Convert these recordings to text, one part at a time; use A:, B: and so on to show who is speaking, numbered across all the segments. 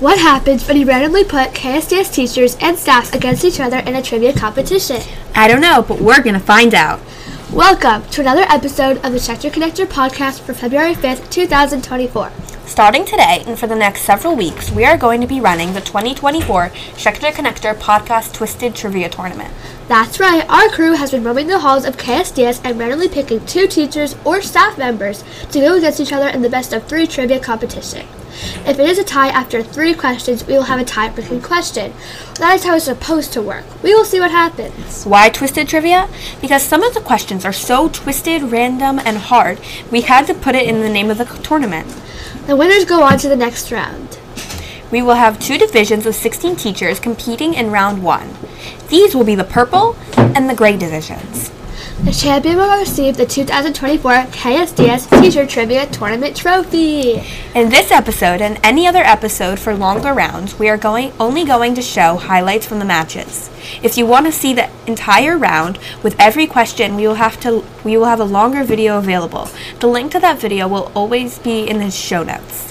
A: What happens when you randomly put KSDS teachers and staffs against each other in a trivia competition?
B: I don't know, but we're going to find out.
A: Welcome to another episode of the Check Your Connector podcast for February 5th, 2024.
B: Starting today and for the next several weeks, we are going to be running the 2024 Schecter Connector Podcast Twisted Trivia Tournament.
A: That's right, our crew has been roaming the halls of KSDS and randomly picking two teachers or staff members to go against each other in the best of three trivia competition. If it is a tie after three questions, we will have a tiebreaking question. That is how it's supposed to work. We will see what happens.
B: Why twisted trivia? Because some of the questions are so twisted, random, and hard, we had to put it in the name of the tournament.
A: The winners go on to the next round.
B: We will have two divisions of 16 teachers competing in round one. These will be the purple and the gray divisions.
A: The champion will receive the 2024 KSDS Teacher Trivia Tournament Trophy.
B: In this episode and any other episode for longer rounds, we are going only going to show highlights from the matches. If you want to see the entire round with every question, we will have to we will have a longer video available. The link to that video will always be in the show notes.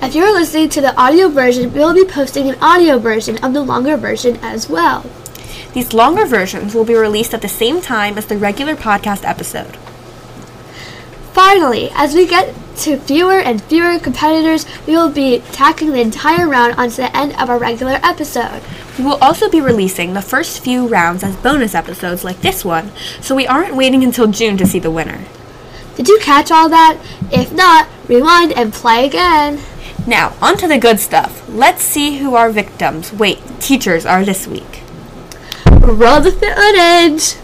A: If you're listening to the audio version, we will be posting an audio version of the longer version as well.
B: These longer versions will be released at the same time as the regular podcast episode.
A: Finally, as we get to fewer and fewer competitors, we will be tacking the entire round onto the end of our regular episode.
B: We will also be releasing the first few rounds as bonus episodes like this one, so we aren't waiting until June to see the winner.
A: Did you catch all that? If not, rewind and play again.
B: Now, on to the good stuff. Let's see who our victims, wait, teachers are this week.
A: Roll the footage.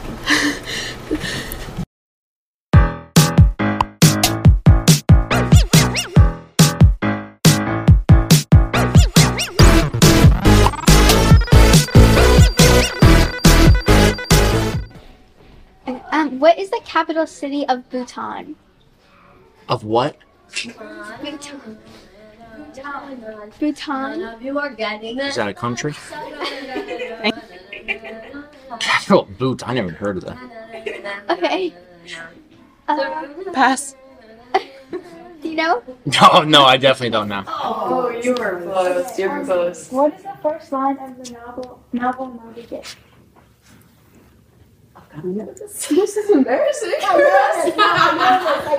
C: Um, what is the capital city of Bhutan?
D: Of what?
C: Bhutan. Bhutan.
D: Is that a country? Capital Boots. I never heard of that.
C: Okay. Uh,
E: Pass.
C: do you know?
D: No, no, I definitely don't know.
F: Oh, you were close. You were close.
C: What is the first line of the novel novel Moby Dick?
F: This is embarrassing.
G: I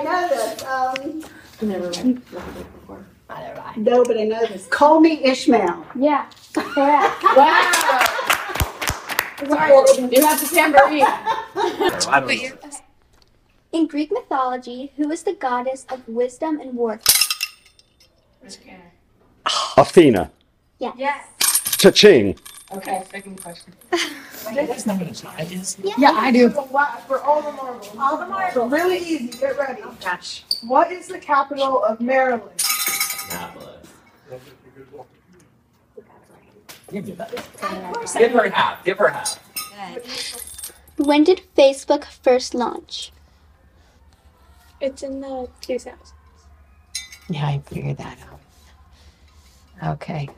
G: know this. No, I know this. I know this. Um,
F: Never read it before.
G: no, but I know this. Call me Ishmael.
C: Yeah, correct.
F: Wow. Sorry, you have to tambourine.
D: I don't know.
C: In Greek mythology, who is the goddess of wisdom and war?
H: Athena.
C: Yes.
H: Cha-ching.
F: Okay, second question.
E: Yeah, I do.
G: For what- for all the marbles. All the marbles. Oh, Really easy. Get ready. What is the capital of Maryland?
I: Give her half. Give her half.
C: When did Facebook first launch?
J: It's in the 2000s.
E: Yeah, I figured that out. Okay.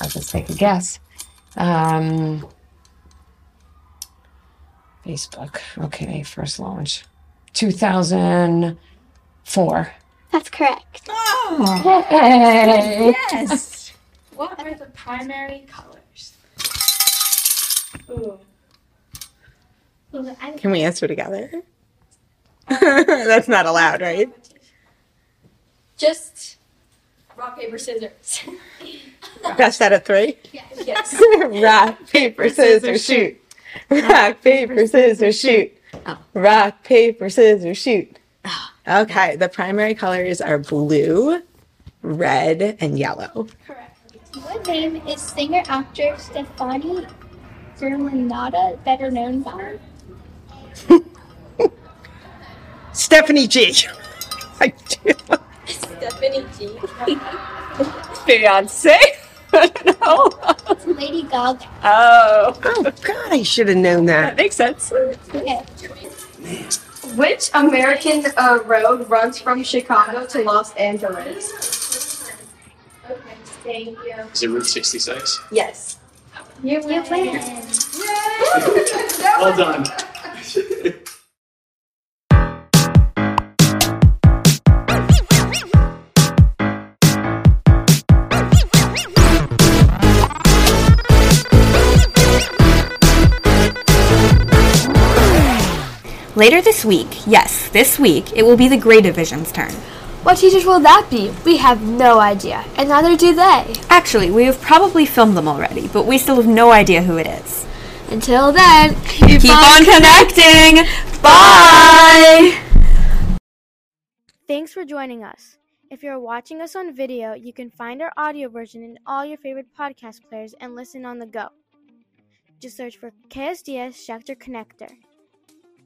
E: I'll just take a guess. Um, Facebook. Okay, first launch. 2004.
C: That's correct.
E: Hey!
J: Yes. what are the primary colors? Ooh.
E: Can we answer together? That's not allowed, right?
J: Just rock paper scissors.
E: Best out of three?
J: yes.
E: Rock, paper, scissors, shoot. Rock, paper, scissors, shoot. Rock, paper, scissors, shoot. Okay, the primary colors are blue, red, and yellow.
C: Correct. What name is singer actor Stefani Germanata better known by?
E: Stephanie G. I do.
J: Stephanie G.
E: Fiance? I don't know.
C: Lady Gaga.
E: Oh. Oh, God, I should have known that. That makes sense.
C: Okay.
F: Which American uh, road runs from Chicago to Los Angeles?
J: Thank you.
I: Is it Route 66?
F: Yes.
J: You
C: You
J: win.
C: win.
I: Well done.
B: Later this week, yes, this week, it will be the Grey Division's turn.
A: What teachers will that be? We have no idea, and neither do they.
B: Actually, we have probably filmed them already, but we still have no idea who it is.
A: Until then, keep,
B: Keep on connecting! Bye!
K: Thanks for joining us. If you're watching us on video, you can find our audio version in all your favorite podcast players and listen on the go. Just search for KSDS Schecter Connector.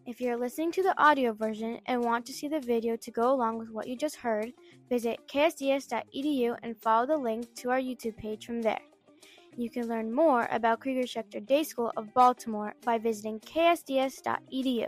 K: If you're listening to the audio version and want to see the video to go along with what you just heard, visit ksds.edu E and follow the link to our YouTube page from there. You can learn more about E Krieger Schecter Day School of Baltimore by visiting ksds.edu.